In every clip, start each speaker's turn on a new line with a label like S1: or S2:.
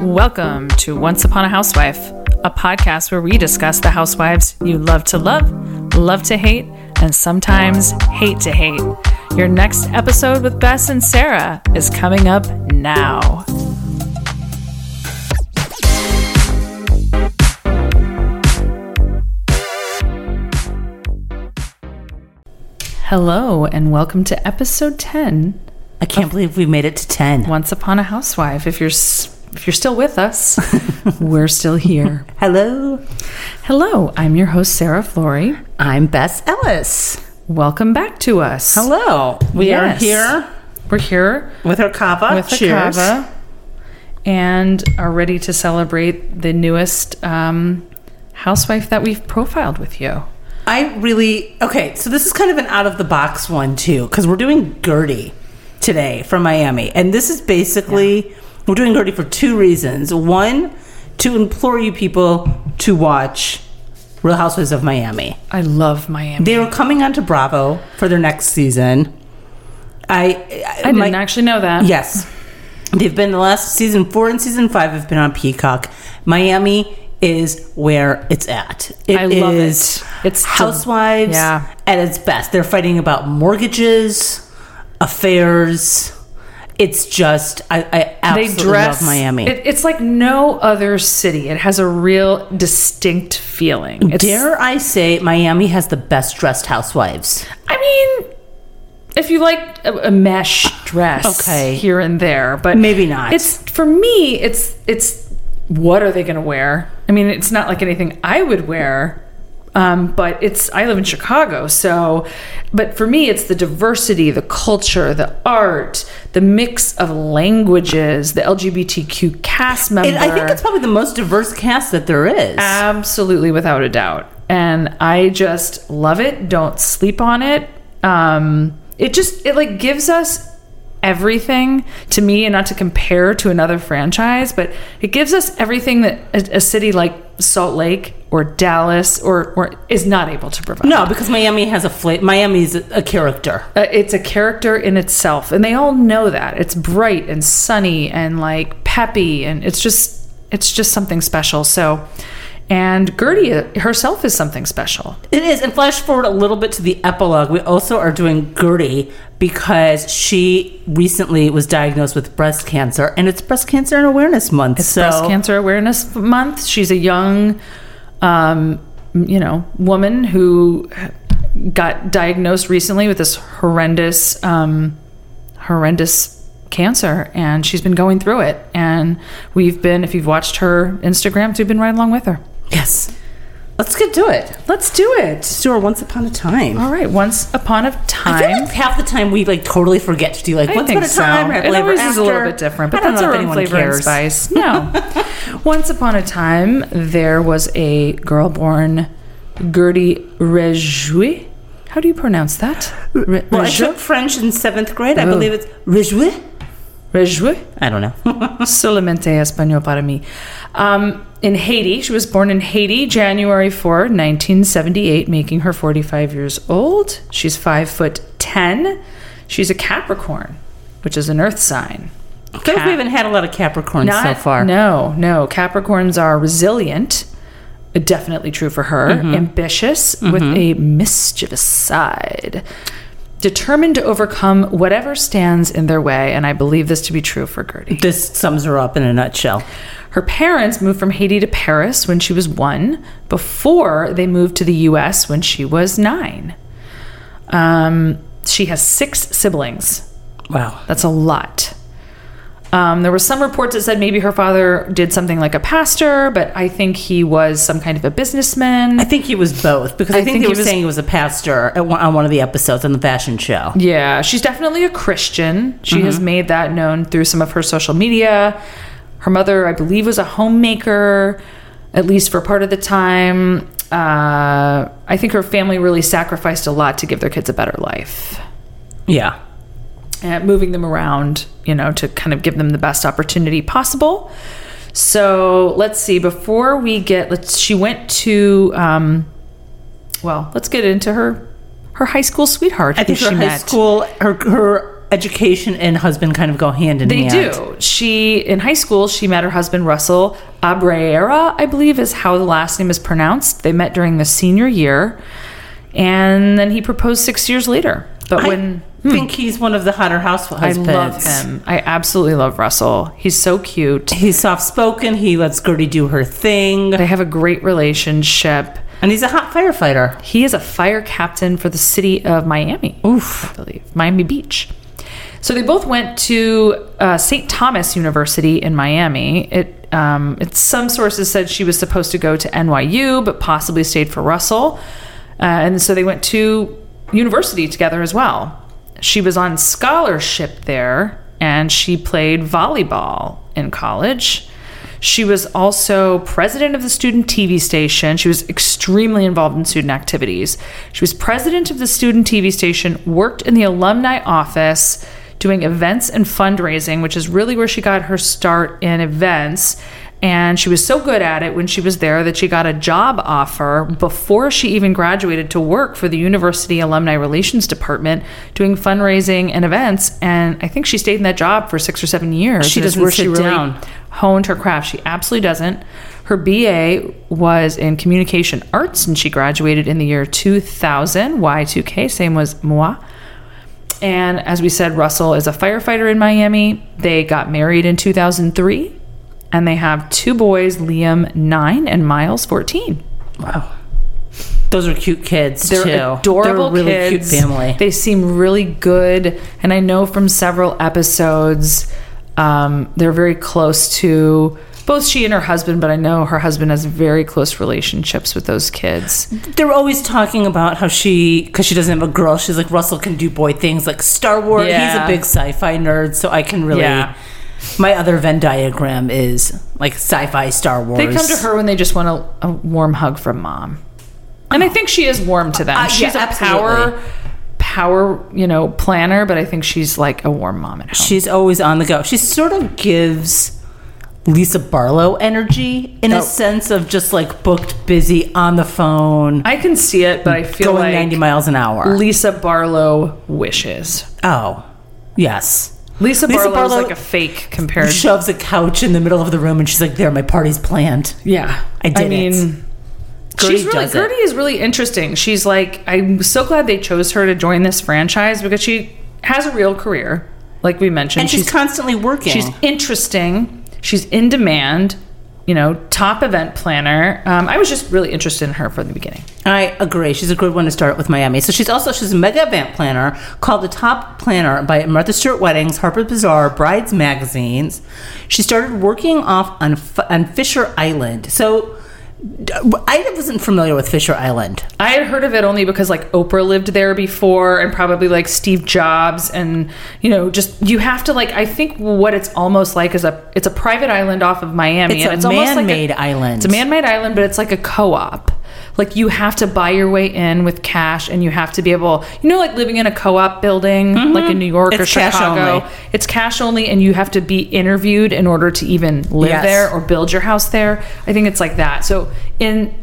S1: Welcome to Once Upon a Housewife, a podcast where we discuss the housewives you love to love, love to hate, and sometimes hate to hate. Your next episode with Bess and Sarah is coming up now. Hello, and welcome to episode 10
S2: I can't believe we made it to 10.
S1: Once Upon a Housewife. If you're s- if you're still with us, we're still here.
S2: Hello,
S1: Hello, I'm your host Sarah Flory.
S2: I'm Bess Ellis.
S1: Welcome back to us.
S2: Hello. We
S1: Yes.
S2: are here
S1: We're here
S2: with our kava.
S1: with a cava and are ready to celebrate the newest um, housewife that we've profiled with you.
S2: I really, okay, so this is kind of an out of the box one too, because we're doing Gertie today from Miami. And this is basically, we're doing Gertie for two reasons. One, to implore you people to watch Real Housewives of Miami.
S1: I love Miami.
S2: They were coming onto Bravo for their next season. I,
S1: I didn't actually know that.
S2: Yes. They've been the last season four and season five have been on Peacock. Miami is where it's at. It
S1: I love
S2: is
S1: it. It's del-
S2: housewives
S1: yeah.
S2: at its best. They're fighting about mortgages, affairs. It's just I, I absolutely love Miami.
S1: It, it's like no other city. It has a real distinct feeling. It's,
S2: Dare I say Miami has the best dressed housewives.
S1: I mean, if you like a, a mesh dress,
S2: Okay.
S1: here and there, but
S2: Maybe not.
S1: It's for me. It's it's what are they going to wear? I mean, it's not like anything I would wear. Um, but it's I live in Chicago, so but for me it's the diversity, the culture, the art, the mix of languages, the LGBTQ cast member.
S2: And I think it's probably the most diverse cast that there is.
S1: Uh, Absolutely, without a doubt. And I just love it. Don't sleep on it. Um, it just it like gives us everything to me, and not to compare to another franchise, but it gives us everything that a, a city like Salt Lake or Dallas or or is not able to provide.
S2: no, because Miami has a fla- Miami's a a character.
S1: Uh, it's a character in itself, and they all know that. It's bright and sunny and like peppy, and it's just it's just something special. So, and Gertie uh, herself is something special.
S2: It is. And flash forward a little bit to the epilogue. We also are doing Gertie because she recently was diagnosed with breast cancer, and it's Breast Cancer and Awareness Month. so
S1: Breast Cancer Awareness Month. She's a young, um, you know, woman who got diagnosed recently with this horrendous, um, horrendous cancer, and she's been going through it. And we've been, if you've watched her Instagrams, we've been right along with her.
S2: yes, let's get to it.
S1: Let's do it.
S2: Let's do our Once Upon a Time.
S1: All right. Once upon a
S2: I feel
S1: time.
S2: like half the time we like totally forget to do like
S1: I
S2: Once
S1: think
S2: Upon a
S1: so.
S2: Time. Red
S1: It
S2: Labor
S1: always is a little
S2: After.
S1: bit different, but
S2: I don't
S1: that's
S2: know
S1: our
S2: if
S1: own
S2: anyone
S1: flavor and
S2: cares.
S1: spice. No. Once upon a time, there was a girl born Gertie Rejouy. How do you pronounce that? Re-
S2: Well, I
S1: Rejou-
S2: took French in seventh grade. I
S1: Oh.
S2: believe it's Rejouet.
S1: Rejouy?
S2: I don't know.
S1: Solamente español para mí. Um, in Haiti, she was born in Haiti, January 4, 1978, making her 45 years old. She's five foot ten. She's a Capricorn, which is an Earth sign.
S2: I feel like we haven't had a lot of Capricorns so
S1: Not-
S2: far.
S1: No, no. Capricorns are resilient. uh, Definitely true for her.
S2: Mm-hmm.
S1: Ambitious with a mischievous side. Determined to overcome whatever stands in their way, and I believe this to be true for Gertie.
S2: This sums her up in a nutshell.
S1: Her parents moved from Haiti to Paris when she was one, before they moved to the US when she was nine. Um, she has six siblings.
S2: Wow.
S1: That's a lot. Um, there were some reports that said maybe her father did something like a pastor, but I think he was some kind of a businessman.
S2: I think he was both because I, think,
S1: think
S2: they
S1: he
S2: were
S1: was-
S2: saying he was a pastor at one, on one of the episodes on the fashion show.
S1: Yeah, she's definitely a Christian. She has made that known through some of her social media. Her mother, I believe, was a homemaker, at least for part of the time. Uh, I think her family really sacrificed a lot to give their kids a better life.
S2: Yeah.
S1: uh, moving them around, you know, to kind of give them the best opportunity possible. So let's see. Before we get, let's. She went to. Um, well, let's get into her her high school sweetheart.
S2: I think
S1: who
S2: her
S1: she
S2: high
S1: met.
S2: school, her her education and husband kind of go hand in
S1: They
S2: hand.
S1: do. She in high school, she met her husband Russell Abrera, I believe is how the last name is pronounced. They met during the senior year, and then he proposed six years later. But
S2: I
S1: when hmm.
S2: think he's one of the hotter house
S1: I
S2: husbands.
S1: love him, I absolutely love Russell. He's so cute.
S2: He's soft spoken. He lets Gertie do her thing,
S1: They have a great relationship.
S2: and he's a hot firefighter.
S1: He is a fire captain for the city of Miami.
S2: Oof.
S1: I believe, Miami Beach. So they both went to uh, St. Thomas University in Miami. It, um, it, some sources said she was supposed to go to NYU, but possibly stayed for Russell. Uh, and so they went to university together as well. She was on scholarship there, and she played volleyball in college. She was also president of the student TV station. She was extremely involved in student activities. She was president of the student TV station, worked in the alumni office, doing events and fundraising, which is really where she got her start in events. And she was so good at it when she was there that she got a job offer before she even graduated to work for the university alumni relations department doing fundraising and events. And I think she stayed in that job for six or seven years.
S2: She
S1: And it's
S2: doesn't
S1: where
S2: sit down.
S1: honed her craft. She absolutely doesn't. Her BA was in communication arts and she graduated in the year 2000, Y2K, same was moi. And as we said, Russell is a firefighter in Miami. They got married in 2003 and they have two boys, Liam 9 and Miles 14.
S2: Wow. Those are cute kids
S1: They're
S2: too.
S1: adorable
S2: They're a really
S1: kids.
S2: cute family.
S1: They seem really good, and I know from several episodes, um, they're very close to both she and her husband. But I know her husband has very close relationships with those kids.
S2: They're always talking about how she, because she doesn't have a girl, she's like, Russell can do boy things like Star Wars. He's
S1: Yeah.
S2: a big sci fi nerd, so I can really.
S1: Yeah.
S2: My other Venn diagram is like sci fi Star Wars.
S1: They come to her when they just want a, a warm hug from mom, and I think she is warm to them.
S2: Uh, yeah,
S1: she's a
S2: absolutely.
S1: power, power, you know, planner, but I think she's like a warm mom at home.
S2: She's always on the go. She sort of gives Lisa Barlow energy in
S1: Oh.
S2: a sense of just like booked, busy, on the phone,
S1: I can see it, but I feel
S2: going
S1: like
S2: 90 miles an hour.
S1: Lisa Barlow wishes.
S2: oh, yes.
S1: Lisa,
S2: Lisa
S1: Barlow is
S2: Barlow-
S1: like a fake compared.
S2: Shoves a couch in the middle of the room and she's like, there, my party's planned.
S1: yeah,
S2: I did it.
S1: mean,
S2: Gertie
S1: she's really
S2: does it.
S1: Gertie is really interesting. She's like, I'm so glad they chose her to join this franchise because she has a real career, like we mentioned.
S2: And she's, constantly working.
S1: she's interesting. She's in demand. You know, top event planner. Um, I was just really interested in her from the beginning.
S2: I agree. She's a good one to start with Miami. So she's also she's a mega event planner called the Top Planner by Martha Stewart Weddings, Harper Bazaar, Brides Magazines. She started working off on F- on Fisher Island. So d- I wasn't familiar with Fisher Island.
S1: I had heard of it only because like Oprah lived there before and probably like Steve Jobs and you know just you have to like I think what it's almost like is a it's a private island off of Miami
S2: It's
S1: and
S2: a
S1: it's almost like
S2: man-made island.
S1: It's a man-made island but it's like a co-op. Like you have to buy your way in with cash and you have to be able you know like living in a co-op building like in New York or
S2: Mm-hmm. It's cash
S1: Chicago.
S2: only.
S1: It's cash only and you have to be interviewed in order to even live
S2: Yes.
S1: there or build your house there. I think it's like that. So in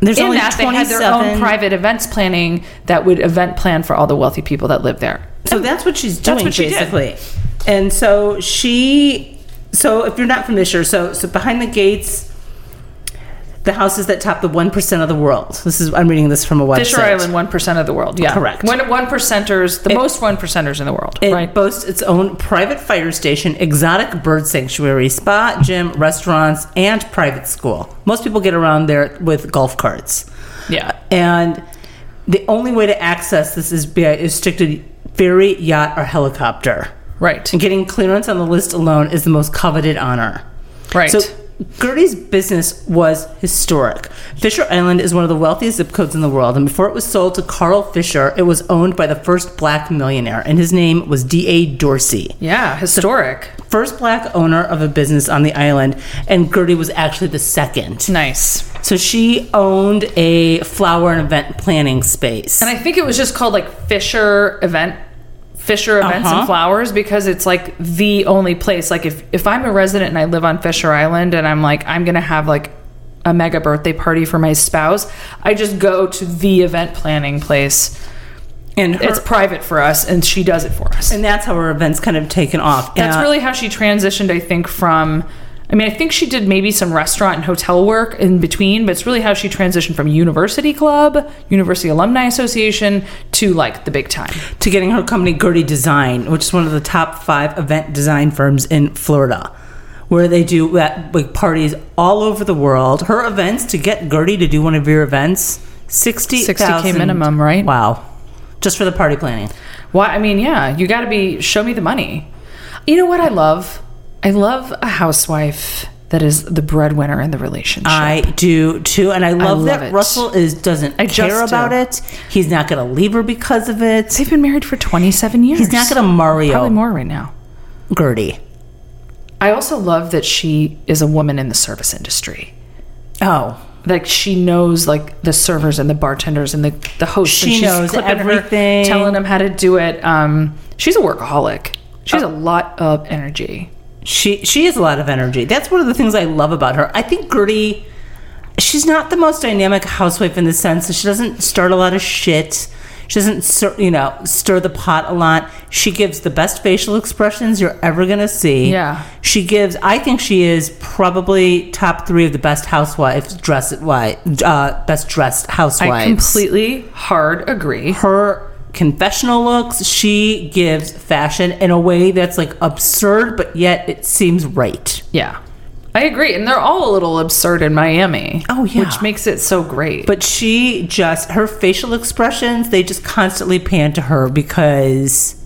S2: There's
S1: in
S2: only
S1: that, they had their
S2: 27
S1: own private events planning that would event plan for all the wealthy people that live there.
S2: So that's what she's doing
S1: That's what she did.
S2: basically. And so she so if you're not familiar, so so behind the gates the houses that top the 1% of the world. This is I'm reading this from a website.
S1: Fisher Island, one percent of the world. Yeah,
S2: Correct.
S1: One one percenters, the most one percenters in the world.
S2: It
S1: right.
S2: boasts its own private fire station, exotic bird sanctuary, spa, gym, restaurants, and private school. Most people get around there with golf carts.
S1: yeah.
S2: And the only way to access this is by restricted ferry, yacht, or helicopter.
S1: Right.
S2: And getting clearance on the list alone is the most coveted honor.
S1: Right.
S2: So Gertie's business was historic. Fisher Island is one of the wealthiest zip codes in the world, and before it was sold to Carl Fisher, it was owned by the first black millionaire, and his name was D.A. Dorsey,
S1: yeah. Historic.
S2: first black owner of a business on the island, and Gertie was actually the second.
S1: nice.
S2: So she owned a flower and event planning space.
S1: And I think it was just called like Fisher Event. Fisher Events
S2: Uh-huh.
S1: and Flowers because it's like the only place. Like if if I'm a resident and I live on Fisher Island and I'm like I'm gonna have like a mega birthday party for my spouse, I just go to the event planning place.
S2: And her,
S1: it's private for us, and she does it for us.
S2: Uh-huh. and that's how her event's kind of taken off.
S1: That's
S2: And, uh,
S1: really how she transitioned, I think, from. I mean, I think she did maybe some restaurant and hotel work in between, but it's really how she transitioned from university club, university alumni association, to like the big time.
S2: to getting her company Gertie Design, which is one of the top five event design firms in Florida, where they do uh, like parties all over the world. Her events to get Gertie to do one of your events, sixty
S1: 60K minimum, right?
S2: Wow, just for the party planning.
S1: Why? I mean, yeah, you got to be show me the money. You know what I love? I love a housewife that is the breadwinner in the relationship.
S2: I do too, and I love,
S1: love
S2: that
S1: it.
S2: Russell is doesn't
S1: I just
S2: care about
S1: do.
S2: it. He's not going to leave her because of it.
S1: They've been married for 27 years.
S2: He's not going to
S1: probably
S2: Mario
S1: more right now.
S2: Gertie.
S1: I also love that she is a woman in the service industry.
S2: Oh,
S1: Like she knows like the servers and the bartenders and the the hosts. and
S2: She
S1: she's
S2: knows
S1: clipping her,
S2: everything.
S1: telling them how to do it. Um, she's a workaholic. She
S2: Oh.
S1: has a lot of energy.
S2: She she has a lot of energy. That's one of the things I love about her. I think Gertie she's not the most dynamic housewife in the sense that she doesn't start a lot of shit. She doesn't stir, you know stir the pot a lot. She gives the best facial expressions you're ever going to see.
S1: Yeah.
S2: She gives I think she is probably top 3 of the best housewives dress why uh, best dressed housewives.
S1: I completely hard agree.
S2: her confessional looks, she gives fashion in a way that's like absurd but yet it seems right.
S1: Yeah. I agree. And they're all a little absurd in Miami.
S2: Oh, yeah.
S1: Which makes it so great.
S2: But she just her facial expressions, they just constantly pan to her because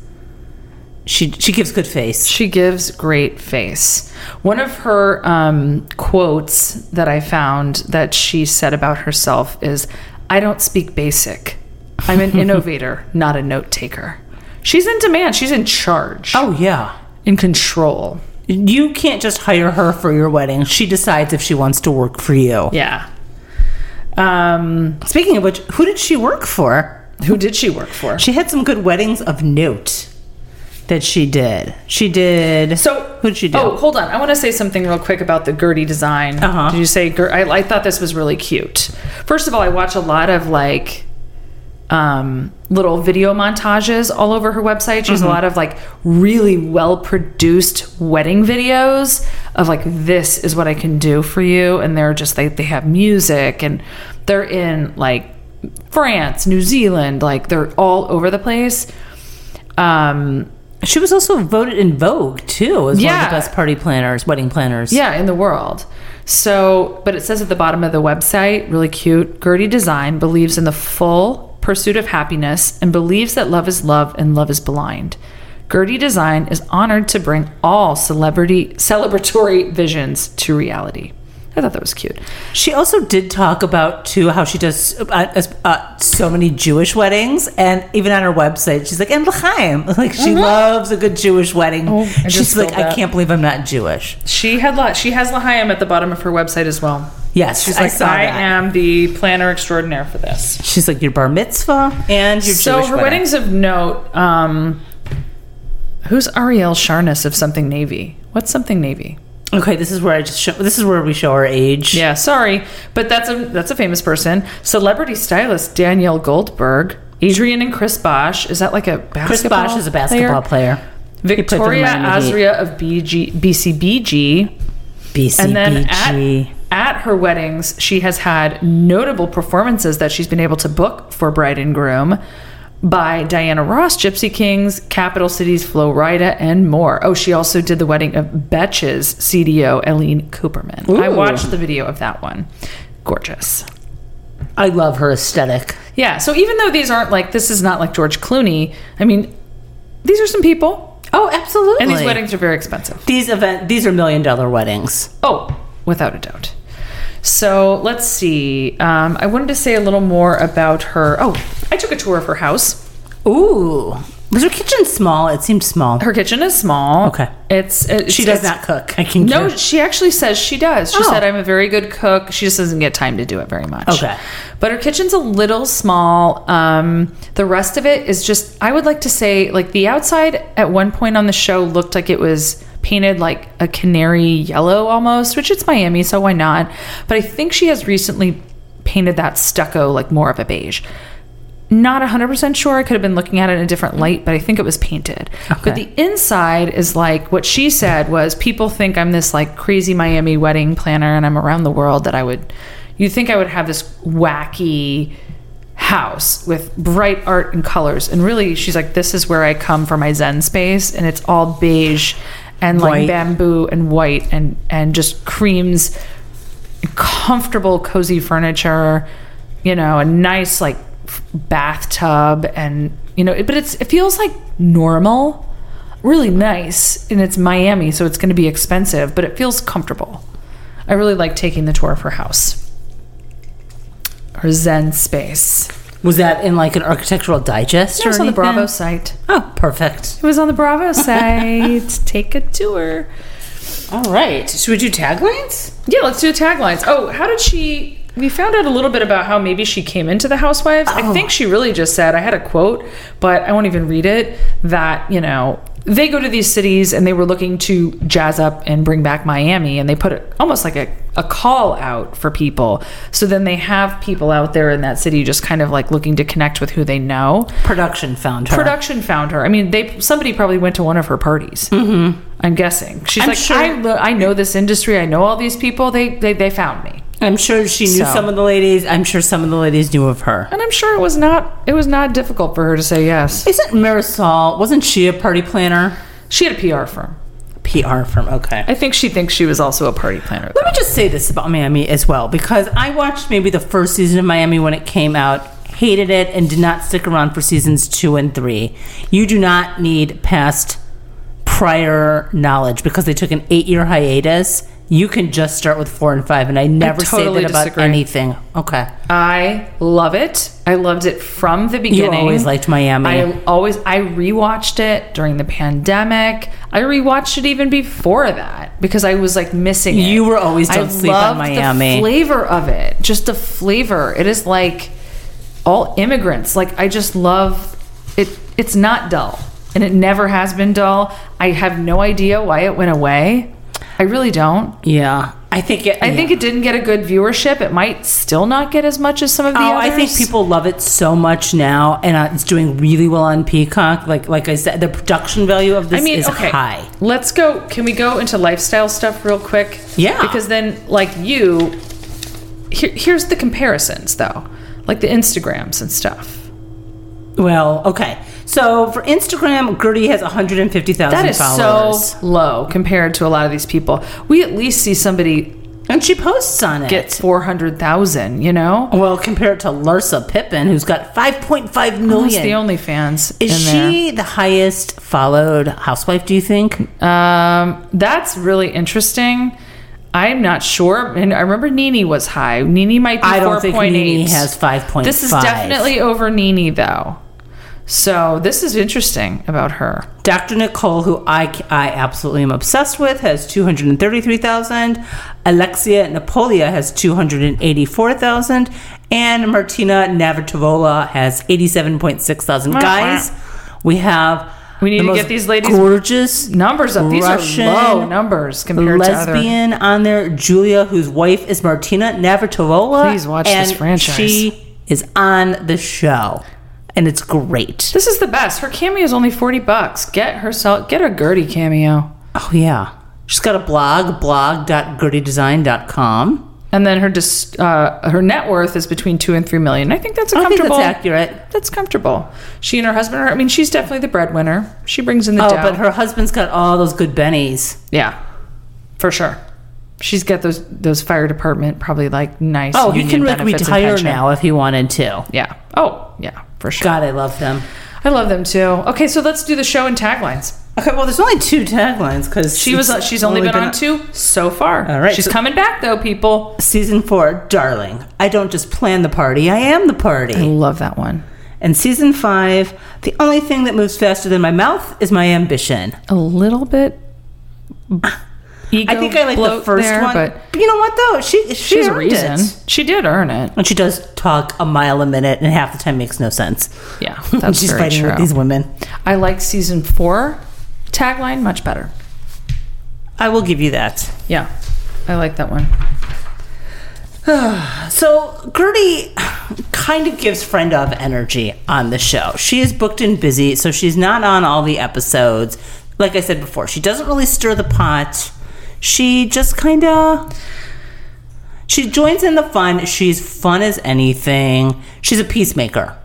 S2: she she gives good face.
S1: She gives great face. One of her um, quotes that I found that she said about herself is I don't speak basic. I'm an innovator, not a note taker. She's in demand. She's in charge,
S2: Oh yeah.
S1: in control.
S2: You can't just hire her for your wedding. She decides if she wants to work for you.
S1: Yeah. Um,
S2: Speaking of which, who did she work for?
S1: who did she work for?
S2: She had some good weddings of note that she did. She did.
S1: So
S2: who did she do?
S1: Oh, hold on. I want to say something real quick about the Gertie design.
S2: Uh-huh.
S1: Did you say Ger- I, I thought this was really cute. First of all, I watch a lot of like um, little video montages all over her website. She has a
S2: Mm-hmm.
S1: lot of like really well produced wedding videos of like this is what I can do for you, and they're just they they have music and they're in like France, New Zealand, like they're all over the place. Um,
S2: she was also voted in Vogue too as one
S1: Yeah.
S2: of the best party planners, wedding planners.
S1: Yeah, in the world. So, but it says at the bottom of the website, really cute Gertie Design believes in the full pursuit of happiness and believes that love is love and love is blind. Gertie Design is honored to bring all celebrity celebratory visions to reality. I thought that was cute.
S2: She also did talk about too how she does uh, uh, so many Jewish weddings, and even on her website, she's like, "And l'chaim," like she loves a good Jewish wedding.
S1: Mm-hmm. Oh, I just
S2: she's like,
S1: spilled
S2: "I
S1: that.
S2: can't believe I'm not Jewish."
S1: She had lot. She has Lahaim at the bottom of her website as well.
S2: Yes,
S1: She's
S2: she's like, "I
S1: like,
S2: saw
S1: I
S2: that."
S1: am the planner extraordinaire for this.
S2: She's like, "Your bar mitzvah and your
S1: So
S2: Jewish
S1: her
S2: wedding."
S1: weddings of note. Um, who's Ariel Sharness of something navy? What's something navy?
S2: Okay, this is where I just show, this is where we show our age.
S1: Yeah, sorry, but that's a that's a famous person. Celebrity stylist Danielle Goldberg, Adrian and Chris Bosch. Is that like a basketball?
S2: Chris Bosch is a basketball
S1: player?
S2: player. He played for the
S1: Victoria
S2: Miami Heat.
S1: Azria of BG, BCBG.
S2: BCBG.
S1: And then at, at her weddings, she has had notable performances that she's been able to book for Bride and Groom by Diana Ross, Gypsy Kings, Capital Cities, Flo Rida, and more. Oh, she also did the wedding of Betches CDO, Eileen Cooperman. I
S2: Ooh.
S1: watched the video of that one. Gorgeous.
S2: I love her aesthetic.
S1: Yeah, so even though these aren't like, this is not like George Clooney, I mean, these are some people,
S2: Oh, absolutely.
S1: and these weddings are very expensive.
S2: these event, these are million dollar weddings.
S1: Oh, without a doubt. So let's see. Um, I wanted to say a little more about her. Oh, I took a tour of her house.
S2: Ooh. Was her kitchen small? It seemed small.
S1: Her kitchen is small.
S2: Okay.
S1: It's, it's
S2: she
S1: it's-
S2: does not cook. I can
S1: No,
S2: guarantee-
S1: she actually says she does. She
S2: Oh.
S1: said, I'm a very good cook. She just doesn't get time to do it very much.
S2: Okay.
S1: But her kitchen's a little small. Um, the rest of it is just, I would like to say, like the outside at one point on the show looked like it was painted like a canary yellow almost, which it's Miami, so why not? But I think she has recently painted that stucco like more of a beige. Not 100% sure. I could have been looking at it in a different light, but I think it was painted. But the
S2: Okay.
S1: inside is like what she said was people think I'm this like crazy Miami wedding planner and I'm around the world that I would you think I would have this wacky house with bright art and colors and really she's like this is where I come for my zen space and it's all beige and like
S2: White.
S1: bamboo and white and and just creams comfortable cozy furniture you know a nice like f- bathtub and you know it, but it's it feels like normal really nice and it's miami so it's going to be expensive but it feels comfortable i really like taking the tour of her house her zen space
S2: Was that in like an architectural digest
S1: it
S2: or
S1: was on the
S2: anything?
S1: bravo site
S2: Oh, perfect.
S1: it was on the bravo site take a tour
S2: All right. Should we do taglines?
S1: Yeah, let's do taglines. Oh, how did she? We found out a little bit about how maybe she came into the housewives. I think she really just said, I had a quote, but I won't even read it, that, you know, they go to these cities and they were looking to jazz up and bring back Miami and they put it almost like a, a call out for people. So then they have people out there in that city just kind of like looking to connect with who they know
S2: Production found her.
S1: production found her. I mean, they somebody probably went to one of her parties. Mm-hmm. I'm guessing. She's
S2: I'm
S1: like,
S2: sure-
S1: I, lo- I know this industry. I know all these people. They they, they found me,
S2: I'm sure she knew
S1: So.
S2: some of the ladies. I'm sure some of the ladies knew of her.
S1: and I'm sure it was not it was not difficult for her to say yes.
S2: Isn't Marisol, wasn't she a party planner?
S1: She had a PR firm.
S2: PR firm, okay.
S1: I think she thinks she was also a party planner.
S2: Let me just say this about Miami as well, because I watched maybe the first season of Miami when it came out, hated it, and did not stick around for seasons two and three. You do not need past prior knowledge because they took an eight year hiatus. You can just start with four and five, and I never
S1: totally
S2: say that about
S1: disagree.
S2: anything. Okay.
S1: I love it. I loved it from the beginning.
S2: always liked Miami.
S1: I always I rewatched it during the pandemic. I rewatched it even before that because I was like missing it.
S2: You were always don't sleep
S1: loved
S2: on Miami.
S1: The flavor of it, just the flavor. It is like all immigrants. Like I just love it. It's not dull, and it never has been dull. I have no idea why it went away. I really don't.
S2: Yeah. I think it.
S1: I think it didn't get a good viewership. It might still not get as much as some of the
S2: Oh,
S1: others.
S2: I think people love it so much now, and uh, it's doing really well on Peacock. Like, like I said, the production value of this is high.
S1: Let's go. Can we go into lifestyle stuff real quick?
S2: Yeah.
S1: Because then, like you, here, here's the comparisons though, like the Instagrams and stuff.
S2: Well, okay. So for Instagram, Gertie has 150,000
S1: That is
S2: followers.
S1: so low compared to a lot of these people. We at least see somebody
S2: and she posts on it.
S1: get four hundred thousand. You know,
S2: well, compare it to Larsa Pippen, who's got 5.5
S1: who's Oh, the
S2: million.
S1: OnlyFans?
S2: is
S1: in there?
S2: she the highest followed housewife, do you think?
S1: Um, that's really interesting. I'm not sure, and I remember Nini was high. Nini might be
S2: I don't
S1: four
S2: think
S1: point
S2: Nene
S1: eight.
S2: has 5.5.
S1: This is definitely over Nini though. So this is interesting about her.
S2: Dr. Nicole, who I, I absolutely am obsessed with, has 233,000. Alexia Napolia has 284,000. And Martina Navratilova has 87.6 thousand. Guys, we have.
S1: We need
S2: the
S1: to
S2: most
S1: get these ladies
S2: Gorgeous
S1: Numbers up. These
S2: Russian
S1: are low numbers compared to other.
S2: lesbian on there, Julia, whose wife is Martina Navratilova.
S1: Please watch this
S2: and
S1: franchise.
S2: She is on the show, and it's great.
S1: This is the best. Her cameo is only forty bucks. Get herself. Get a Gertie cameo,
S2: Oh, yeah. She's got a blog, blog.gertiedesign.com.
S1: and then her dis, uh, her net worth is between two and three million. I think that's a
S2: I think
S1: comfortable.
S2: that's accurate.
S1: that's comfortable. She and her husband are. I mean, she's definitely the breadwinner. She brings in the
S2: Oh,
S1: dough.
S2: but her husband's got all those good bennies.
S1: yeah, for sure. She's got those those fire department probably like nice.
S2: Oh, he
S1: union
S2: can like
S1: benefits and
S2: retire
S1: pension.
S2: now if he wanted to.
S1: Yeah. Oh, yeah, for sure.
S2: God, I love them.
S1: I love them too. Okay, so let's do the show and taglines.
S2: Okay, well, there's only two taglines because
S1: She was. uh, She's only, been, on two so far.
S2: All right,
S1: She's
S2: so-
S1: coming back though, people.
S2: Season four, darling. I don't just plan the party; I am the
S1: I
S2: party.
S1: love that one.
S2: And season five, the only thing that moves faster than my mouth is my ambition.
S1: A little bit. Ego
S2: I think I like the
S1: bloat
S2: first
S1: there,
S2: one,
S1: but
S2: but you know what though? She she
S1: she's a
S2: earned
S1: reason.
S2: it.
S1: She did earn it.
S2: And she does talk a mile a minute, and half the time makes no sense.
S1: Yeah, that's
S2: she's
S1: very
S2: fighting
S1: true.
S2: with these women.
S1: I like season four tagline much better.
S2: I will give you that.
S1: Yeah, I like that one.
S2: So Gertie kind of gives friend of energy on the show. She is booked and busy, so she's not on all the episodes. Like I said before, she doesn't really stir the pot. She just kind of she joins in the fun. She's fun as anything. She's a peacemaker.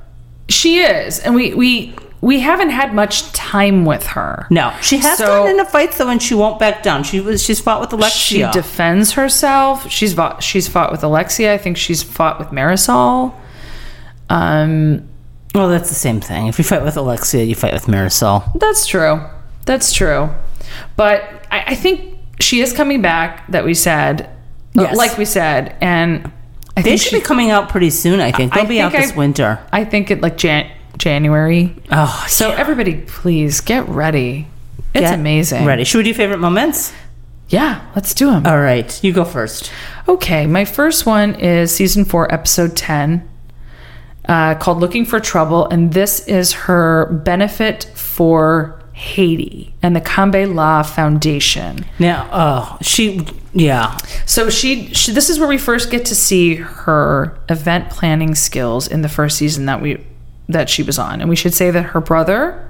S1: She is, and we we we haven't had much time with her.
S2: No, she has
S1: So-
S2: gotten into fights though, and she won't back down. She was she's fought with
S1: She
S2: Alexia.
S1: defends herself. She's fought, she's fought with Alexia. I think she's fought with Marisol. Um,
S2: well, that's the same thing. If you fight with Alexia, you fight with Marisol.
S1: that's true. That's true. But I, I think she is coming back. That we said, Uh,
S2: Yes.
S1: like we said, and I
S2: They
S1: think
S2: should
S1: she,
S2: be coming out pretty soon. I think
S1: I
S2: they'll be out
S1: think
S2: this
S1: I-
S2: winter.
S1: I think it like Jan- January.
S2: Oh,
S1: So everybody, please get ready. It's
S2: Get
S1: amazing.
S2: Ready. Should we do favorite moments?
S1: Yeah, let's do them.
S2: All right. You go first.
S1: Okay, my first one is season four, episode 10, uh, called Looking for Trouble. And this is her benefit for Haiti and the Cambe La Foundation.
S2: Now, oh, she, yeah.
S1: So she, she, this is where we first get to see her event planning skills in the first season that we, that she was on. And we should say that her brother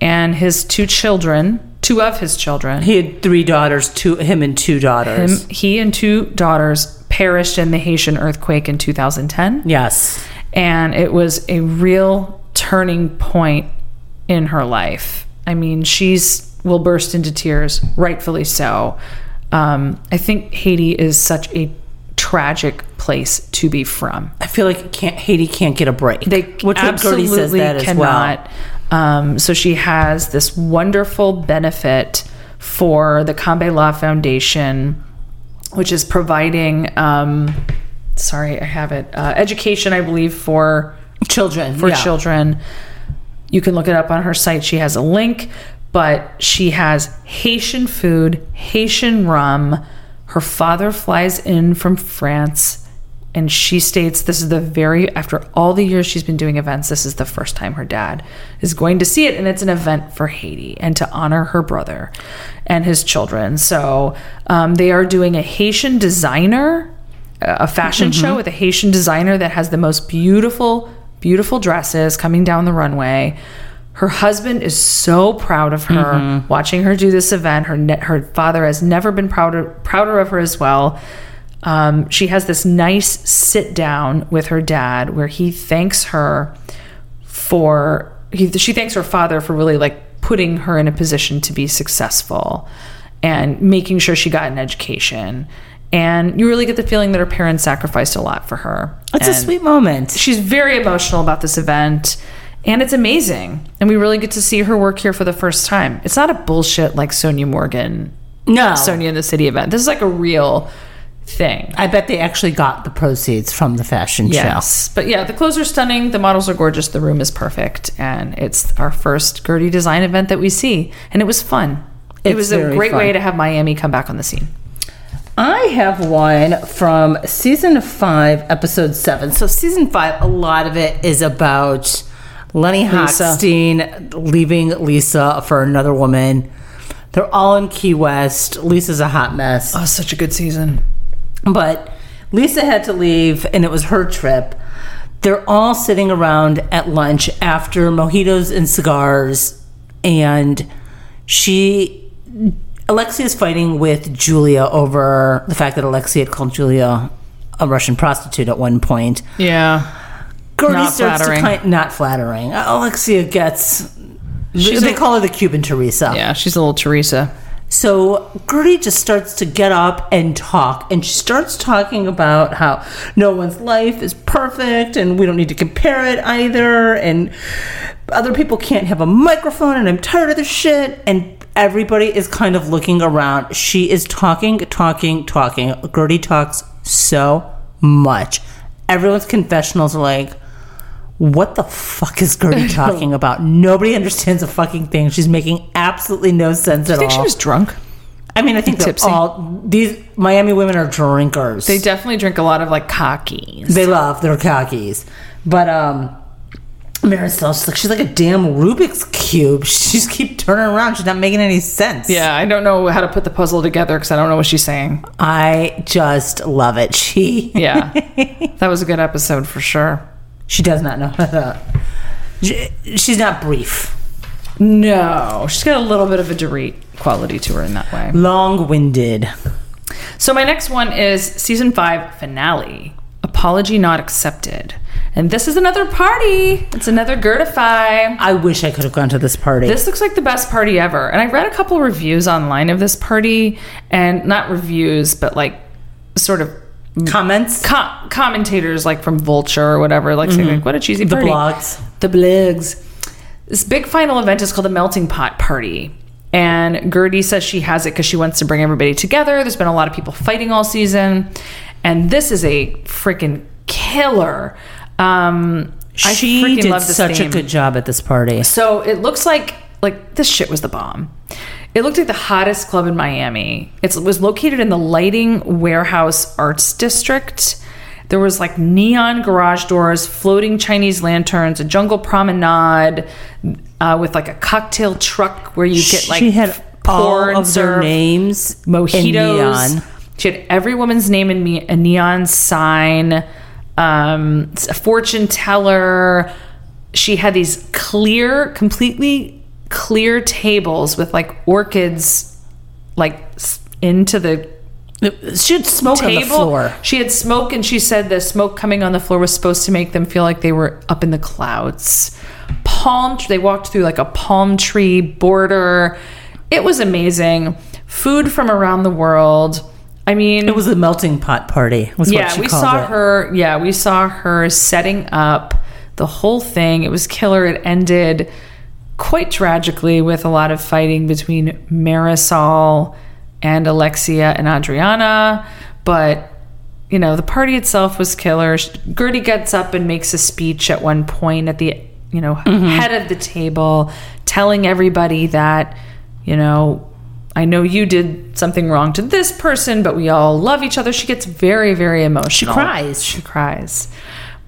S1: and his two children, two of his children,
S2: He had three daughters, two, him and two
S1: him,
S2: daughters.
S1: he and two daughters perished in the Haitian earthquake in 2010.
S2: Yes.
S1: and it was a real turning point in her life. I mean, she's will burst into tears, rightfully so. Um, I think Haiti is such a tragic place to be from.
S2: I feel like it can't, Haiti can't get a break.
S1: They
S2: what
S1: absolutely cannot. Um, so she has this wonderful benefit for the Kambe Law Foundation, which is providing. Um, sorry, I have it. Uh, education, I believe, for
S2: Children.
S1: for children. You can look it up on her site. She has a link, but she has Haitian food, Haitian rum. Her father flies in from France, and she states this is the very, after all the years she's been doing events, this is the first time her dad is going to see it. And it's an event for Haiti and to honor her brother and his children. So um, they are doing a Haitian designer a fashion show with a Haitian designer that has the most beautiful, beautiful dresses coming down the runway. Her husband is so proud of her, watching her do this event. Her ne- her father has never been prouder prouder of her as well. Um, she has this nice sit down with her dad where he thanks her for he, she thanks her father for really like putting her in a position to be successful and making sure she got an education and you really get the feeling that her parents sacrificed a lot for her
S2: It's a
S1: And
S2: sweet moment.
S1: she's very emotional about this event and it's amazing and we really get to see her work here for the first time it's not a bullshit like sonia morgan
S2: No.
S1: sonia in the city event this is like a real thing
S2: I bet they actually got the proceeds from the fashion show.
S1: Yes. But yeah, the clothes are stunning. The models are gorgeous. The room is perfect. And it's our first Gertie design event that we see. And it was fun. it
S2: It's
S1: was a
S2: very
S1: great
S2: fun.
S1: way to have Miami come back on the scene.
S2: I have one from season five, episode seven. So season five, a lot of it is about Lenny
S1: Lisa.
S2: Hochstein leaving Lisa for another woman. They're all in Key West. Lisa's a hot mess,
S1: Oh, such a good season.
S2: but Lisa had to leave, and it was her trip. They're all sitting around at lunch after mojitos and cigars, and she Alexia is fighting with Julia over the fact that Alexia had called Julia a Russian prostitute at one point.
S1: Yeah.
S2: Gertie
S1: Not
S2: starts
S1: flattering.
S2: to kind not flattering. Alexia gets. they
S1: a-
S2: call her the Cuban Teresa.
S1: Yeah. She's a little Teresa.
S2: So Gertie just starts to get up and talk, and she starts talking about how no one's life is perfect, and we don't need to compare it either, and other people can't have a microphone, and I'm tired of this shit. And everybody is kind of looking around. She is talking, talking, talking. Gertie talks so much. Everyone's confessionals are like, what the fuck is Gertie talking about? Nobody understands a fucking thing. She's making absolutely no sense at
S1: I think
S2: all.
S1: she was drunk.
S2: I mean, I think they're
S1: Tipsy.
S2: all these Miami women are drinkers.
S1: They definitely drink a lot of like cockies.
S2: They love their khakis. But um Marin's still she's like she's like a damn Rubik's cube. She just keep turning around. She's not making any sense.
S1: Yeah, I don't know how to put the puzzle together because I don't know what she's saying.
S2: I just love it. She
S1: Yeah, that was a good episode for sure.
S2: she does not know how to. she- She's not brief,
S1: No, she's got a little bit of a Dorit quality to her in that way.
S2: long winded.
S1: So my next one is season five finale. Apology not accepted. And this is another party. It's another Gertify.
S2: I wish I could have gone to this party.
S1: This looks like the best party ever. And I read a couple reviews online of this party, and not reviews, but like sort of
S2: Comments.
S1: com- commentators like from Vulture or whatever, like saying like, "What a cheesy
S2: The
S1: party."
S2: blogs.
S1: the blogs. This big final event is called the Melting Pot Party. And Gertie says she has it because she wants to bring everybody together. There's been a lot of people fighting all season. And this is a freaking killer. Um, I
S2: She
S1: freaking
S2: did
S1: love this
S2: such
S1: theme.
S2: a good job at this party.
S1: So it looks like like this shit was the bomb. It looked like the hottest club in Miami. It's, it was located in the Lighting Warehouse Arts District. There was like neon garage doors, floating Chinese lanterns, a jungle promenade uh, with like a cocktail truck where you get like
S2: she had
S1: pour
S2: all
S1: and
S2: of their
S1: serve
S2: names in
S1: mojitos.
S2: neon.
S1: She had every woman's name in me a neon sign, um, a fortune teller. She had these clear, completely clear tables with like orchids, like s- into the
S2: She had smoke on the
S1: table.
S2: floor.
S1: She had smoke, and she said the smoke coming on the floor was supposed to make them feel like they were up in the clouds. Palm. They walked through like a palm tree border. It was amazing. Food from around the world. I mean,
S2: It was a melting pot party. Was
S1: yeah,
S2: what she
S1: we
S2: called
S1: saw
S2: it.
S1: her. Yeah, we saw her setting up the whole thing. It was killer. It ended quite tragically with a lot of fighting between Marisol and Alexia and Adriana, but. You know, the party itself was killer. She- Gertie gets up and makes a speech at one point at the, you know, head of the table, telling everybody that, you know, I know you did something wrong to this person, but we all love each other. She gets very, very emotional. She
S2: cries.
S1: She cries. Oh.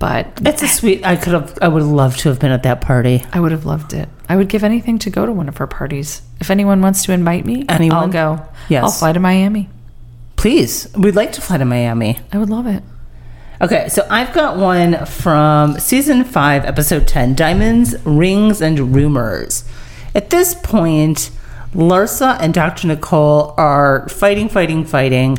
S1: But
S2: That's a sweet. I could have. I would love to have been at that party.
S1: I would have loved it. I would give anything to go to one of her parties. If anyone wants to invite me,
S2: Anyone?
S1: I'll go.
S2: Yes.
S1: I'll fly to Miami.
S2: Please, we'd like to fly to Miami.
S1: I would love it.
S2: Okay, so I've got one from season five, episode ten: Diamonds, Rings, and Rumors. At this point, Larsa and Dr. Nicole are fighting, fighting, fighting.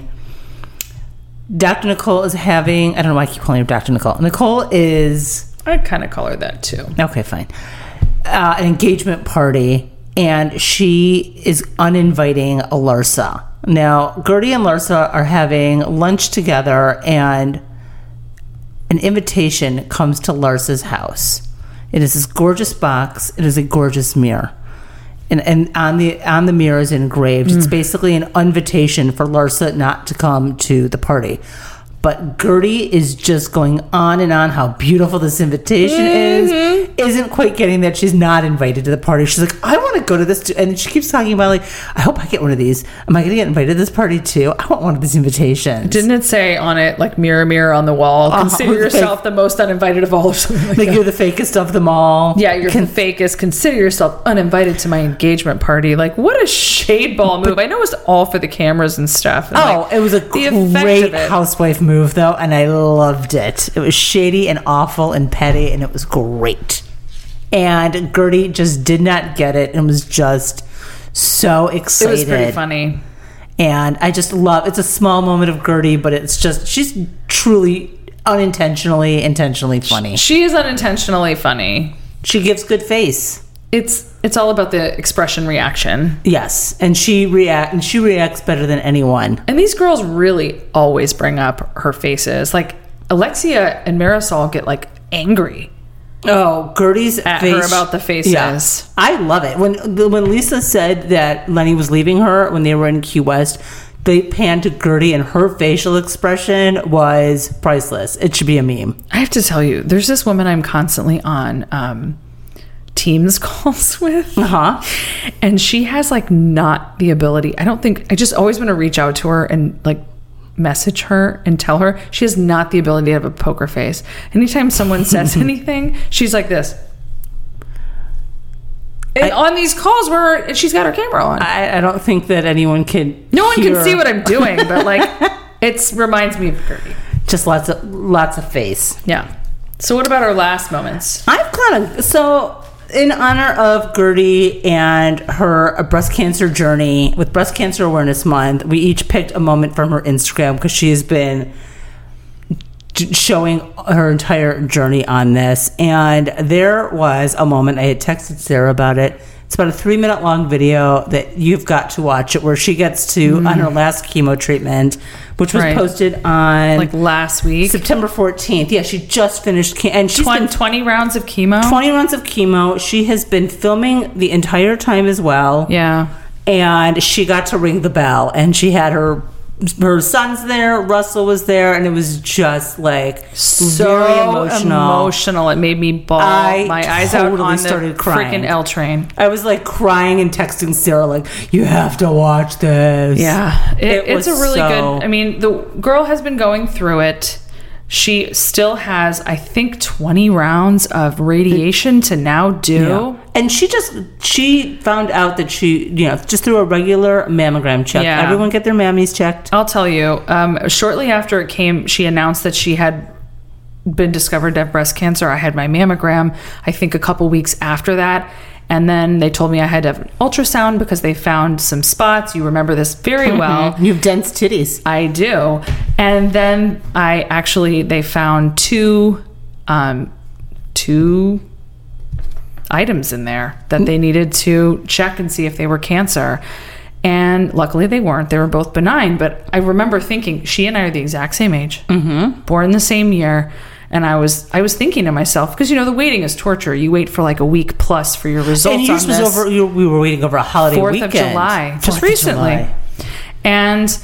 S2: Dr. Nicole is having. I don't know why I keep calling her Dr. Nicole. Nicole is
S1: I kind of call her that too.
S2: Okay, fine. Uh, an engagement party, and she is uninviting Larsa. Now, Gertie and Larsa are having lunch together, and an invitation comes to Larsa's house. It is this gorgeous box. It is a gorgeous mirror, and and on the on the mirror is engraved. It's basically an invitation for Larsa not to come to the party. But Gertie is just going on and on how beautiful this invitation is. Isn't quite getting that she's not invited to the party. She's like, I want to go to this, too. and she keeps talking about like, I hope I get one of these. Am I going to get invited to this party too? I want one of these invitations.
S1: Didn't it say on it like mirror, mirror on the wall? Consider
S2: okay.
S1: yourself the most uninvited of all, or something like
S2: like you're the fakest of them all.
S1: Yeah, you're fakest. Consider yourself uninvited to my engagement party. Like, what a shade ball move! I know it's all for the cameras and stuff. and,
S2: Oh,
S1: like,
S2: it was a
S1: the effect
S2: great
S1: of it.
S2: housewife move, though, and I loved it. It was shady and awful and petty, and it was great. And Gertie just did not get it and was just so
S1: It
S2: excited.
S1: was pretty funny.
S2: And I just love it's a small moment of Gertie, but it's just she's truly unintentionally, intentionally funny.
S1: She is unintentionally funny.
S2: She gives good face.
S1: It's it's all about the expression reaction.
S2: Yes, and she react and she reacts better than anyone.
S1: And these girls really always bring up her faces. Like Alexia and Marisol get like angry.
S2: Oh, Gertie's
S1: At her
S2: face.
S1: about the faces.
S2: Yeah. I love it. When the- when Lisa said that Lenny was leaving her when they were in Key West, they panned to Gertie and her facial expression was priceless. It should be a meme.
S1: I have to tell you, there's this woman I'm constantly on um, Teams calls with.
S2: Uh huh.
S1: and she has like not the ability i don't think i just always want to reach out to her and like message her and tell her she has not the ability to have a poker face anytime someone says anything she's like this And on these calls where she's got her camera on.
S2: I, I don't think that anyone can.
S1: no one
S2: hear-
S1: can see what I'm doing, but like it reminds me of Gertie.
S2: Just lots of lots of face.
S1: Yeah. So what about our last moments?
S2: I've kind of so in honor of Gertie and her uh, breast cancer journey with Breast Cancer Awareness Month, we each picked a moment from her Instagram because she has been j- showing her entire journey on this. And there was a moment I had texted Sarah about it. It's about a three minute long video that you've got to watch it where she gets to on her last chemo treatment, which was
S1: Mm. Right.
S2: posted on
S1: Like last week,
S2: September 14th. Yeah, she just finished chem- and she's
S1: 20,
S2: been
S1: 20 rounds of chemo.
S2: 20 rounds of chemo. She has been filming the entire time as well.
S1: Yeah.
S2: And she got to ring the bell and she had her her son's there, Russell was there, and it was just like very emotional.
S1: emotional. It made me bawl
S2: I
S1: my eyes out
S2: totally
S1: on
S2: started
S1: the
S2: crying.
S1: freaking L train.
S2: I was like crying and texting Sarah, like, you have to watch this.
S1: Yeah, it,
S2: It
S1: it's a
S2: was
S1: really
S2: so-
S1: good. I mean, the girl has been going through it. She still has, I think, 20 rounds of radiation to now do.
S2: And she just she found out that she you know just through a regular mammogram check.
S1: Yeah.
S2: Everyone get their mammies checked.
S1: I'll tell you, um, shortly after it came, she announced that she had been discovered to have breast cancer. I had my mammogram, I think, a couple weeks after that. And then they told me I had to have an ultrasound because they found some spots. You remember this very well.
S2: You have dense titties.
S1: I do. And then I actually they found two um two items in there that they needed to check and see if they were cancer. And luckily they weren't. They were both benign, but I remember thinking she and I are the exact same age. Mm-hmm. Born the same year. And I was I was thinking to myself because you know the waiting is torture. You wait for like a week plus for your results.
S2: And yours
S1: on
S2: was
S1: this.
S2: over. You, we were waiting over a holiday
S1: Fourth
S2: weekend,
S1: of July, just
S2: Fourth of
S1: recently.
S2: July.
S1: And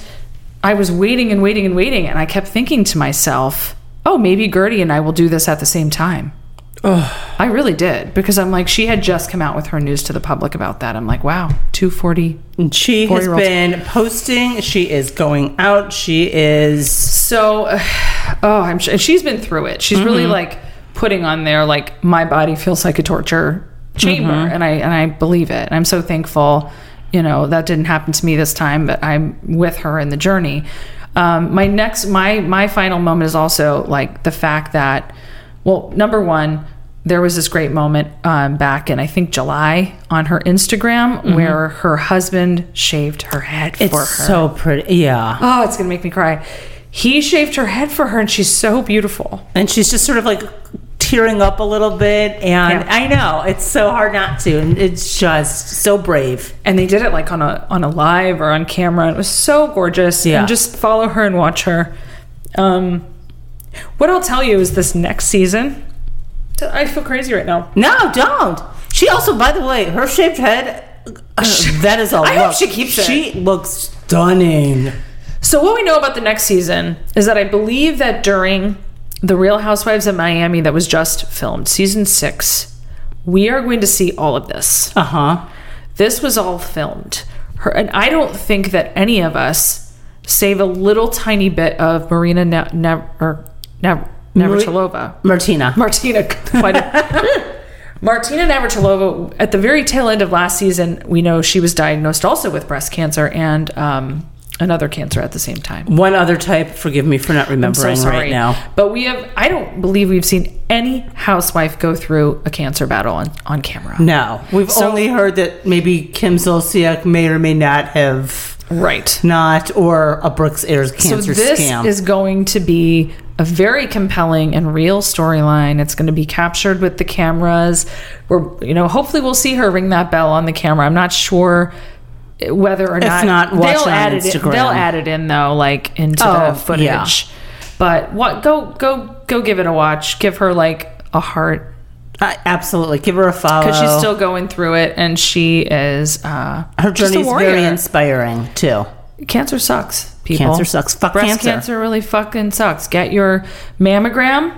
S1: I was waiting and waiting and waiting, and I kept thinking to myself, "Oh, maybe Gertie and I will do this at the same time." I really did because I'm like, she had just come out with her news to the public about that. I'm like, wow, two forty.
S2: And she has
S1: Four-year-olds.
S2: been posting. She is going out. She is.
S1: So, oh, I'm. Sure, and she's been through it. She's really like putting on there like my body feels like a torture chamber, and I and I believe it. And I'm so thankful. You know that didn't happen to me this time, but I'm with her in the journey. Um, my next, my my final moment is also like the fact that, well, number one, there was this great moment um, back in I think July on her Instagram where her husband shaved her head
S2: It's
S1: for her.
S2: so pretty. Yeah.
S1: Oh, it's gonna make me cry. He shaved her head for her, and she's so beautiful.
S2: And she's just sort of like tearing up a little bit. And
S1: Yeah.
S2: I know it's so hard not to. And it's just so brave.
S1: And they did it like on a on a live or on camera. It was so gorgeous.
S2: Yeah.
S1: And just follow her and watch her. Um, what I'll tell you is this next season. I feel crazy right now.
S2: No, don't. She also, by the way, her shaved head. uh, that is a
S1: I hope
S2: look.
S1: she keeps it.
S2: She looks stunning.
S1: So what we know about the next season is that I believe that during the Real Housewives of Miami that was just filmed, season six, we are going to see all of this.
S2: Uh huh.
S1: this was all filmed her and i don't think that any of us save a little tiny bit of marina ne- ne- or ne- navratilova
S2: Martina.
S1: martina why did- martina navratilova at the very tail end of last season we know she was diagnosed also with breast cancer and um, another cancer at the same time
S2: One other type. Forgive me for not remembering
S1: so sorry.
S2: right now.
S1: But we have I don't believe we've seen any housewife go through a cancer battle on, on camera.
S2: No, we've
S1: So-
S2: only heard that maybe Kim Zolciak may or may not have
S1: Right.
S2: not, or a Brooks Ayers cancer
S1: so this
S2: scam.
S1: is going to be a very compelling and real storyline it's going to be captured with the cameras we're you know hopefully we'll see her ring that bell on the camera i'm not sure whether or not,
S2: not, watch it on
S1: add it in,
S2: Instagram.
S1: they'll add it in though like into
S2: Oh,
S1: the footage
S2: yeah.
S1: but what go go go give it a watch give her like a heart
S2: I- absolutely, give her a follow.
S1: because she's still going through it and she is uh
S2: Oh. her
S1: just a
S2: journey is very
S1: warrior.
S2: inspiring too.
S1: cancer sucks, people.
S2: Cancer sucks. Fuck
S1: Breast
S2: cancer.
S1: cancer. really fucking sucks. Get your mammogram,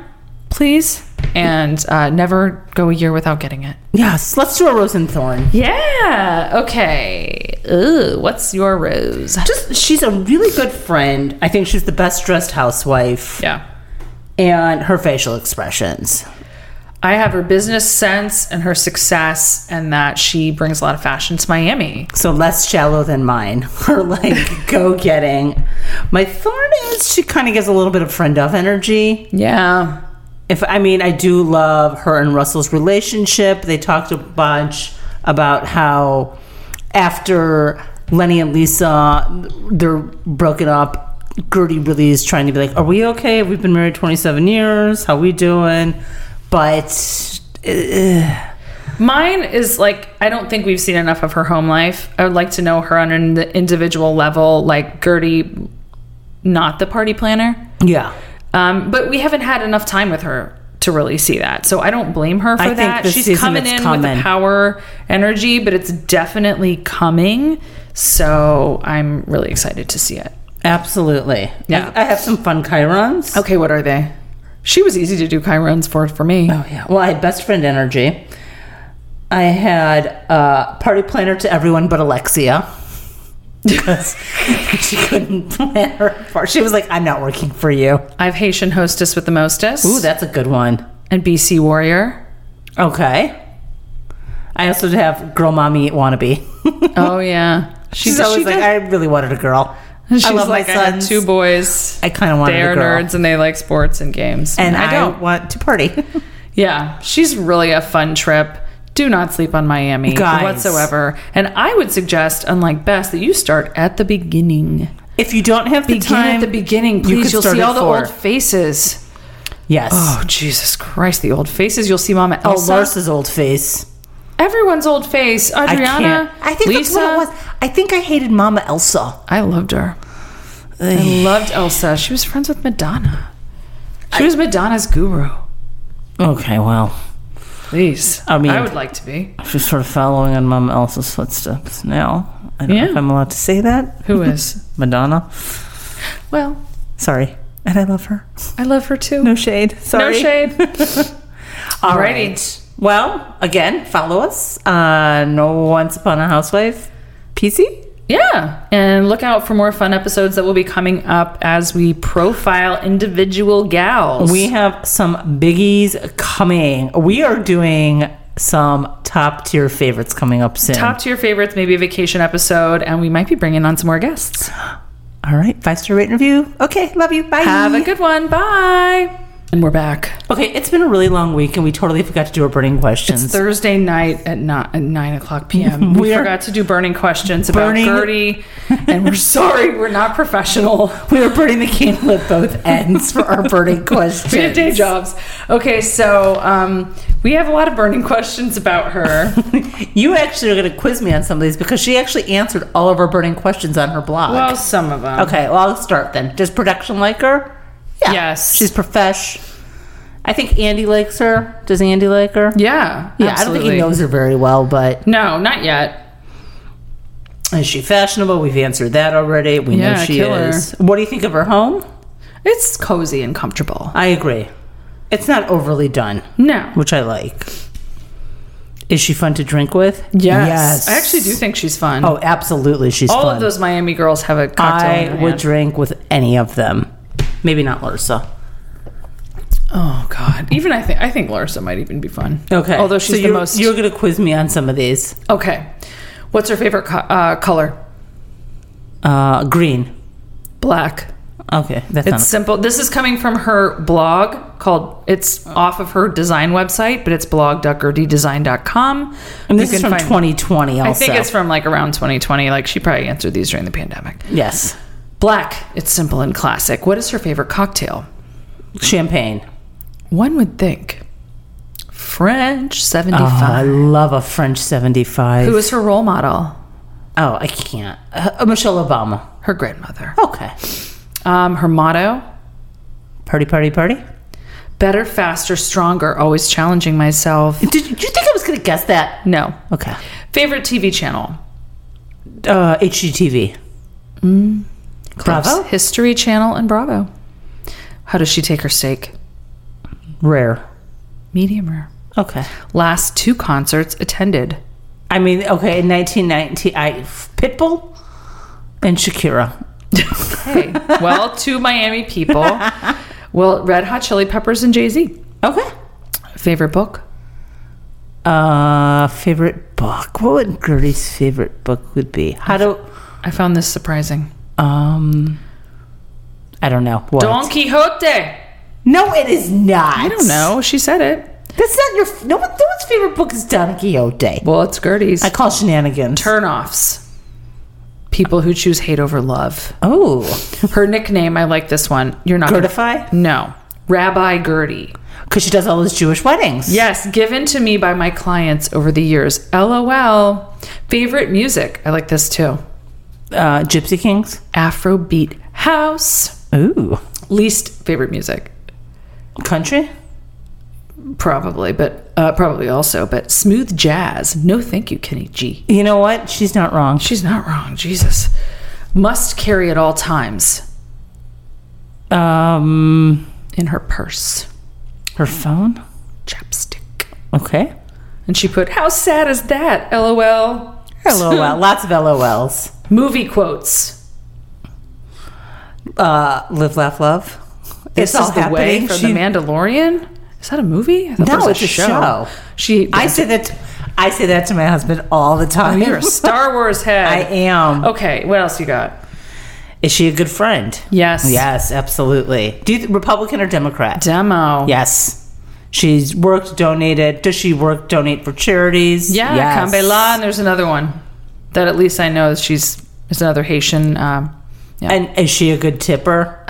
S1: please, and uh, never go a year without getting it.
S2: Yes, let's do a rose and thorn.
S1: Yeah. Okay. Ooh, what's your rose?
S2: Just she's a really good friend. I think she's the best dressed housewife,
S1: Yeah.
S2: and her facial expressions.
S1: I have her business sense and her success, and that she brings a lot of fashion to Miami.
S2: So less shallow than mine. Her like go getting. My thorn is she kind of gives a little bit of friend of energy.
S1: Yeah.
S2: If I mean, I do love her and Russell's relationship. They talked a bunch about how after Lenny and Lisa they're broken up. Gertie really is trying to be like, "Are we okay? We've been married 27 years. How we doing?" But eh,
S1: Mine is like I don't think we've seen enough of her home life. I would like to know her on an individual level, like Gertie, not the party planner.
S2: yeah,
S1: Um, but we haven't had enough time with her to really see that. So I don't blame her for
S2: I think
S1: that.
S2: this
S1: She's
S2: season
S1: coming
S2: it's
S1: in with
S2: coming.
S1: the power energy, but it's definitely coming. So I'm really excited to see it.
S2: absolutely.
S1: Yeah.
S2: I, I have some fun chirons.
S1: Okay, what are they? She was easy to do Chiron's for for me.
S2: Oh yeah. Well, I had best friend energy. I had uh, party planner to everyone but Alexia. Because she couldn't plan her part. She was like, "I'm not working for you."
S1: I have Haitian hostess with the mostest.
S2: Ooh, that's a good one.
S1: and BC warrior.
S2: Okay. I also have girl mommy wannabe.
S1: Oh yeah, she,
S2: She's always
S1: she
S2: like,
S1: does-
S2: "I really wanted a girl."
S1: She's
S2: I love
S1: like,
S2: my
S1: I had
S2: sons.
S1: two boys.
S2: I kind of wanted
S1: They are
S2: a girl,
S1: nerds and they like sports and games.
S2: and
S1: I don't.
S2: want to party.
S1: Yeah, she's really a fun trip. Do not sleep on Miami
S2: Guys.
S1: whatsoever. And I would suggest, unlike Bess, that you start at the beginning.
S2: if you don't have the
S1: Begin
S2: time
S1: at the beginning,
S2: you
S1: please.
S2: could
S1: You will
S2: start
S1: see
S2: at
S1: all the
S2: four.
S1: old faces.
S2: Yes.
S1: Oh Jesus Christ, the old faces. You'll see Mama
S2: oh,
S1: Elsa.
S2: Lars's old face.
S1: Everyone's old face. Adriana.
S2: I can't. I think
S1: Lisa.
S2: that's what it was. I think I hated Mama Elsa.
S1: I loved her. I loved Elsa. She was friends with Madonna. She was Madonna's guru.
S2: Okay, well,
S1: Please.
S2: I mean-
S1: I would like to be.
S2: she's sort of following in Mama Elsa's footsteps now. I don't
S1: Yeah.
S2: know if I'm allowed to say that.
S1: Who is?
S2: Madonna.
S1: well,
S2: Sorry. And I love her.
S1: I love her too.
S2: No shade.
S1: No
S2: Sorry.
S1: shade.
S2: All
S1: Alrighty.
S2: right. Well, again, follow us on Once Upon a Housewife PC.
S1: Yeah. And look out for more fun episodes that will be coming up as we profile individual gals.
S2: We have some biggies coming. We are doing some top tier favorites coming up soon.
S1: top tier favorites, maybe a vacation episode, and we might be bringing on some more guests.
S2: All right. Five star rate and review. Okay. Love you. Bye.
S1: Have a good one. Bye. And we're back.
S2: Okay, it's been a really long week, and we totally forgot to do our burning questions.
S1: Thursday night at, not, at 9 o'clock p.m. we
S2: We're-
S1: forgot to do burning questions about
S2: Burning-
S1: Gertie, and we're sorry we're not professional.
S2: we were burning the candle at both ends for our burning questions.
S1: We have day jobs. Okay, so um, we have a lot of burning questions about her.
S2: You actually are going to quiz me on some of these because she actually answered all of our burning questions on her blog.
S1: well, some of them.
S2: okay, well, I'll start then. Does production like her?
S1: Yes.
S2: She's profesh. I think Andy likes her. Does Andy like her?
S1: Yeah.
S2: Yeah, I don't think he knows her very well, but
S1: No, not yet.
S2: is she fashionable? We've answered that already. We know
S1: Yeah,
S2: she
S1: killer.
S2: is. What do you think of her home?
S1: It's cozy and comfortable.
S2: I agree. It's not overly done.
S1: No.
S2: which I like. Is she fun to drink with?
S1: Yes. I actually do think she's fun.
S2: Oh, absolutely. She's
S1: All
S2: fun.
S1: of those Miami girls have a cocktail. in
S2: I
S1: their
S2: would
S1: hand.
S2: drink with any of them. Maybe not Larsa.
S1: Oh God. Even I think I think Larsa might even be fun.
S2: Okay.
S1: Although she's the
S2: So you're,
S1: most.
S2: You're going to quiz me on some of these.
S1: Okay. What's her favorite co- uh, color?
S2: Uh, green.
S1: Black.
S2: Okay. That's
S1: It's simple. This is coming from her blog called. It's off of her design website, but it's blog.gerdydesign.com.
S2: not. And this is from
S1: find-
S2: 2020 also.
S1: I think it's from like around 2020. Like she probably answered these during the pandemic.
S2: Yes.
S1: Black. It's simple and classic. What is her favorite cocktail?
S2: Champagne.
S1: One would think French
S2: Oh, I
S1: 75.
S2: love a French 75.
S1: Who is her role model?
S2: oh, I can't. Uh, Michelle Obama.
S1: Her grandmother.
S2: Okay.
S1: Um, her motto
S2: Party, party, party.
S1: better, faster, stronger, always challenging myself.
S2: Did, did you think I was going to guess that?
S1: No.
S2: Okay.
S1: Favorite TV channel?
S2: Uh, HGTV. Mm. Bravo.
S1: History Channel and Bravo. How does she take her steak?
S2: Rare.
S1: Medium rare.
S2: Okay.
S1: Last two concerts attended.
S2: I mean, okay, in 1990, I Pitbull and Shakira.
S1: Hey, well, two Miami people. Well, Red Hot Chili Peppers and Jay Z.
S2: Okay.
S1: Favorite book?
S2: Uh, favorite book. What would Gertie's favorite book would be? How do
S1: I found this surprising.
S2: um? I don't know. What?
S1: Don Quixote.
S2: No, it is not.
S1: I don't know. She said it.
S2: That's not your. No, one, no one's favorite book is Don Quixote.
S1: Well, it's Gertie's.
S2: I call shenanigans.
S1: Turnoffs. People who choose hate over love.
S2: oh,
S1: Her nickname, I like this one. You're not gonna-
S2: Gertify?
S1: No. Rabbi Gertie.
S2: Because she does all those Jewish weddings.
S1: Yes, given to me by my clients over the years. LOL. Favorite music. I like this too.
S2: Uh, Gypsy Kings.
S1: Afrobeat house.
S2: Ooh,
S1: Least favorite music.
S2: country.
S1: Probably, but uh, probably also, but smooth jazz. No, thank you, Kenny G.
S2: You know what? She's not wrong. She,
S1: She's not wrong. Jesus. Must carry at all times
S2: um,
S1: in her purse.
S2: her phone.
S1: Chapstick.
S2: Okay.
S1: And she put, How sad is that? LOL.
S2: LOL. Lots of LOLs.
S1: Movie quotes.
S2: Uh, live, laugh, love.
S1: This is the way from The Mandalorian. Is that a movie? I thought that
S2: No,
S1: was
S2: it's a show.
S1: She.
S2: I say that. I say that to my husband all the time.
S1: You're a Star Wars head.
S2: I am.
S1: Okay, what else you got?
S2: Is she a good friend?
S1: Yes.
S2: Yes, absolutely. Do you th- Republican or Democrat?
S1: Demo.
S2: yes. She's worked, donated. Does she work, donate for charities?
S1: Yeah,
S2: Yes.
S1: Kambe La, and there's another one that at least I know is she's is another Haitian. Um, yeah.
S2: And is she a good tipper?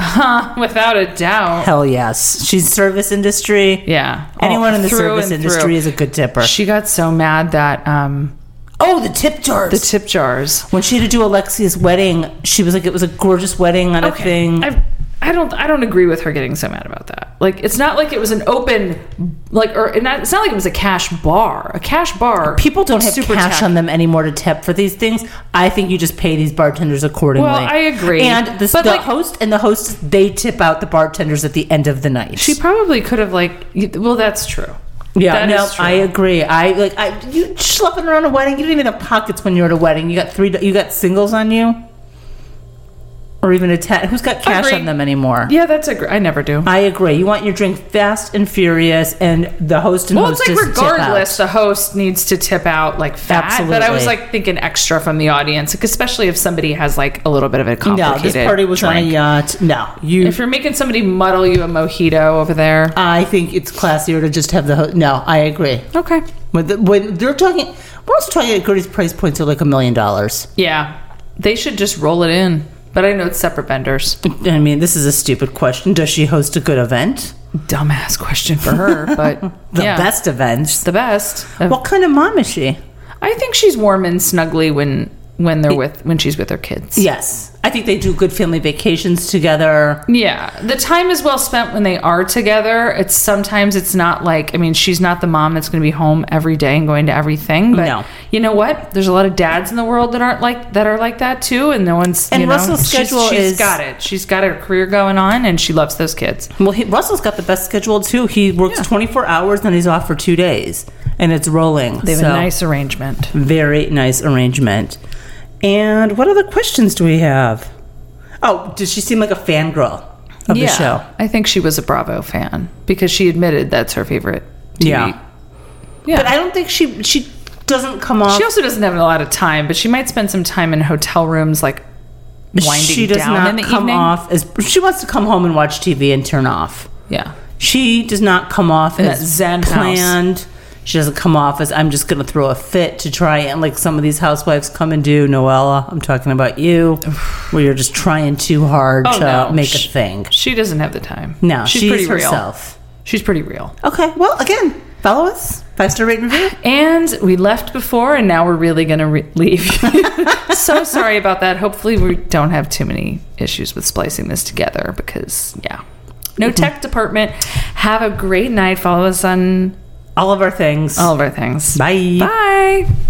S1: Without a doubt.
S2: Hell yes. She's service industry.
S1: Yeah.
S2: Anyone
S1: All
S2: in the
S1: through
S2: service
S1: and
S2: industry
S1: through.
S2: is a good tipper.
S1: She got so mad that um,
S2: Oh, the tip jars.
S1: the tip jars.
S2: when she had to do Alexia's wedding, she was like, it was a gorgeous wedding on a thing.
S1: I, I don't. I don't agree with her getting so mad about that. Like, it's not like it was an open, like, or not, it's not like it was a cash bar. A cash bar.
S2: People don't have
S1: super
S2: cash
S1: tacky.
S2: on them anymore to tip for these things. I think you just pay these bartenders accordingly.
S1: Well, I agree.
S2: And the,
S1: But,
S2: the
S1: like-
S2: host and the hostess, they tip out the bartenders at the end of the night.
S1: She probably could have like. you- Well, that's true. that
S2: yeah, no,
S1: is true.
S2: I agree. I like I you schlepping around a wedding. You don't even have pockets when you're at a wedding. You got three. You got singles on you, or even a ten. Who's got cash
S1: Agreed.
S2: on them anymore?
S1: Yeah, that's a. gr- I never do.
S2: I agree. You want your drink fast and furious, and the host and
S1: Well, it's
S2: hostess.
S1: like
S2: tip out.
S1: regardless, the host needs to tip out like fat. But I was
S2: Absolutely.
S1: like thinking extra from the audience, like, especially if somebody has like a little bit of a
S2: No,
S1: complicated.
S2: this party was on a
S1: drink.
S2: yacht. No, you
S1: If you're making somebody muddle you a mojito over there,
S2: I think it's classier to just have the ho- no. I agree.
S1: okay,
S2: When, the, when they're talking, we're also talking at Gertie's price points are like a million dollars.
S1: yeah, they should just roll it in. But I know it's separate vendors.
S2: I mean, this is a stupid question. Does she host a good event?
S1: Dumbass question for her, but
S2: The
S1: yeah,
S2: best events.
S1: the best.
S2: What kind of mom is she?
S1: I think she's warm and snuggly when when they're with when she's with her kids.
S2: Yes, I think they do good family vacations together.
S1: Yeah, the time is well spent when they are together. It's sometimes it's not like I mean she's not the mom that's going to be home every day and going to everything. But
S2: No.
S1: you know what? There's a lot of dads in the world that aren't like that are like that too, and no one's
S2: And
S1: you know,
S2: Russell's
S1: she's-
S2: schedule
S1: she's
S2: is-
S1: got it. She's got her career going on, and she loves those kids.
S2: Well, he, Russell's got the best schedule too. He works
S1: Yeah.
S2: 24 hours, then he's off for two days, and it's rolling.
S1: They have
S2: So,
S1: a nice arrangement.
S2: very nice arrangement. And what other questions do we have? Oh, did she seem like a fangirl of the show?
S1: I think she was a Bravo fan because she admitted that's her favorite. TV. yeah.
S2: But I don't think she she doesn't come off.
S1: She also doesn't have a lot of time, but she might spend some time in hotel rooms, like winding
S2: she does
S1: down
S2: not
S1: in the
S2: come
S1: evening.
S2: off as she wants to come home and watch TV and turn off.
S1: Yeah,
S2: She does not come off
S1: In that
S2: as
S1: zen house.
S2: planned. She doesn't come off as I'm just going to throw a fit to try and like some of these housewives come and do. Noella, I'm talking about you, where you're just trying too hard
S1: Oh,
S2: to
S1: no.
S2: make a
S1: Sh-
S2: thing.
S1: she doesn't have the time.
S2: No,
S1: she's,
S2: she's
S1: pretty
S2: herself.
S1: real. She's pretty real.
S2: Okay. Well, again, follow us. Five star rate and review.
S1: And we left before, and now we're really gonna re- leave. so sorry about that. Hopefully, we don't have too many issues with splicing this together because yeah, no tech department. Have a great night. Follow us on
S2: All of our things.
S1: all of our things. Oh,
S2: Bye.
S1: Bye.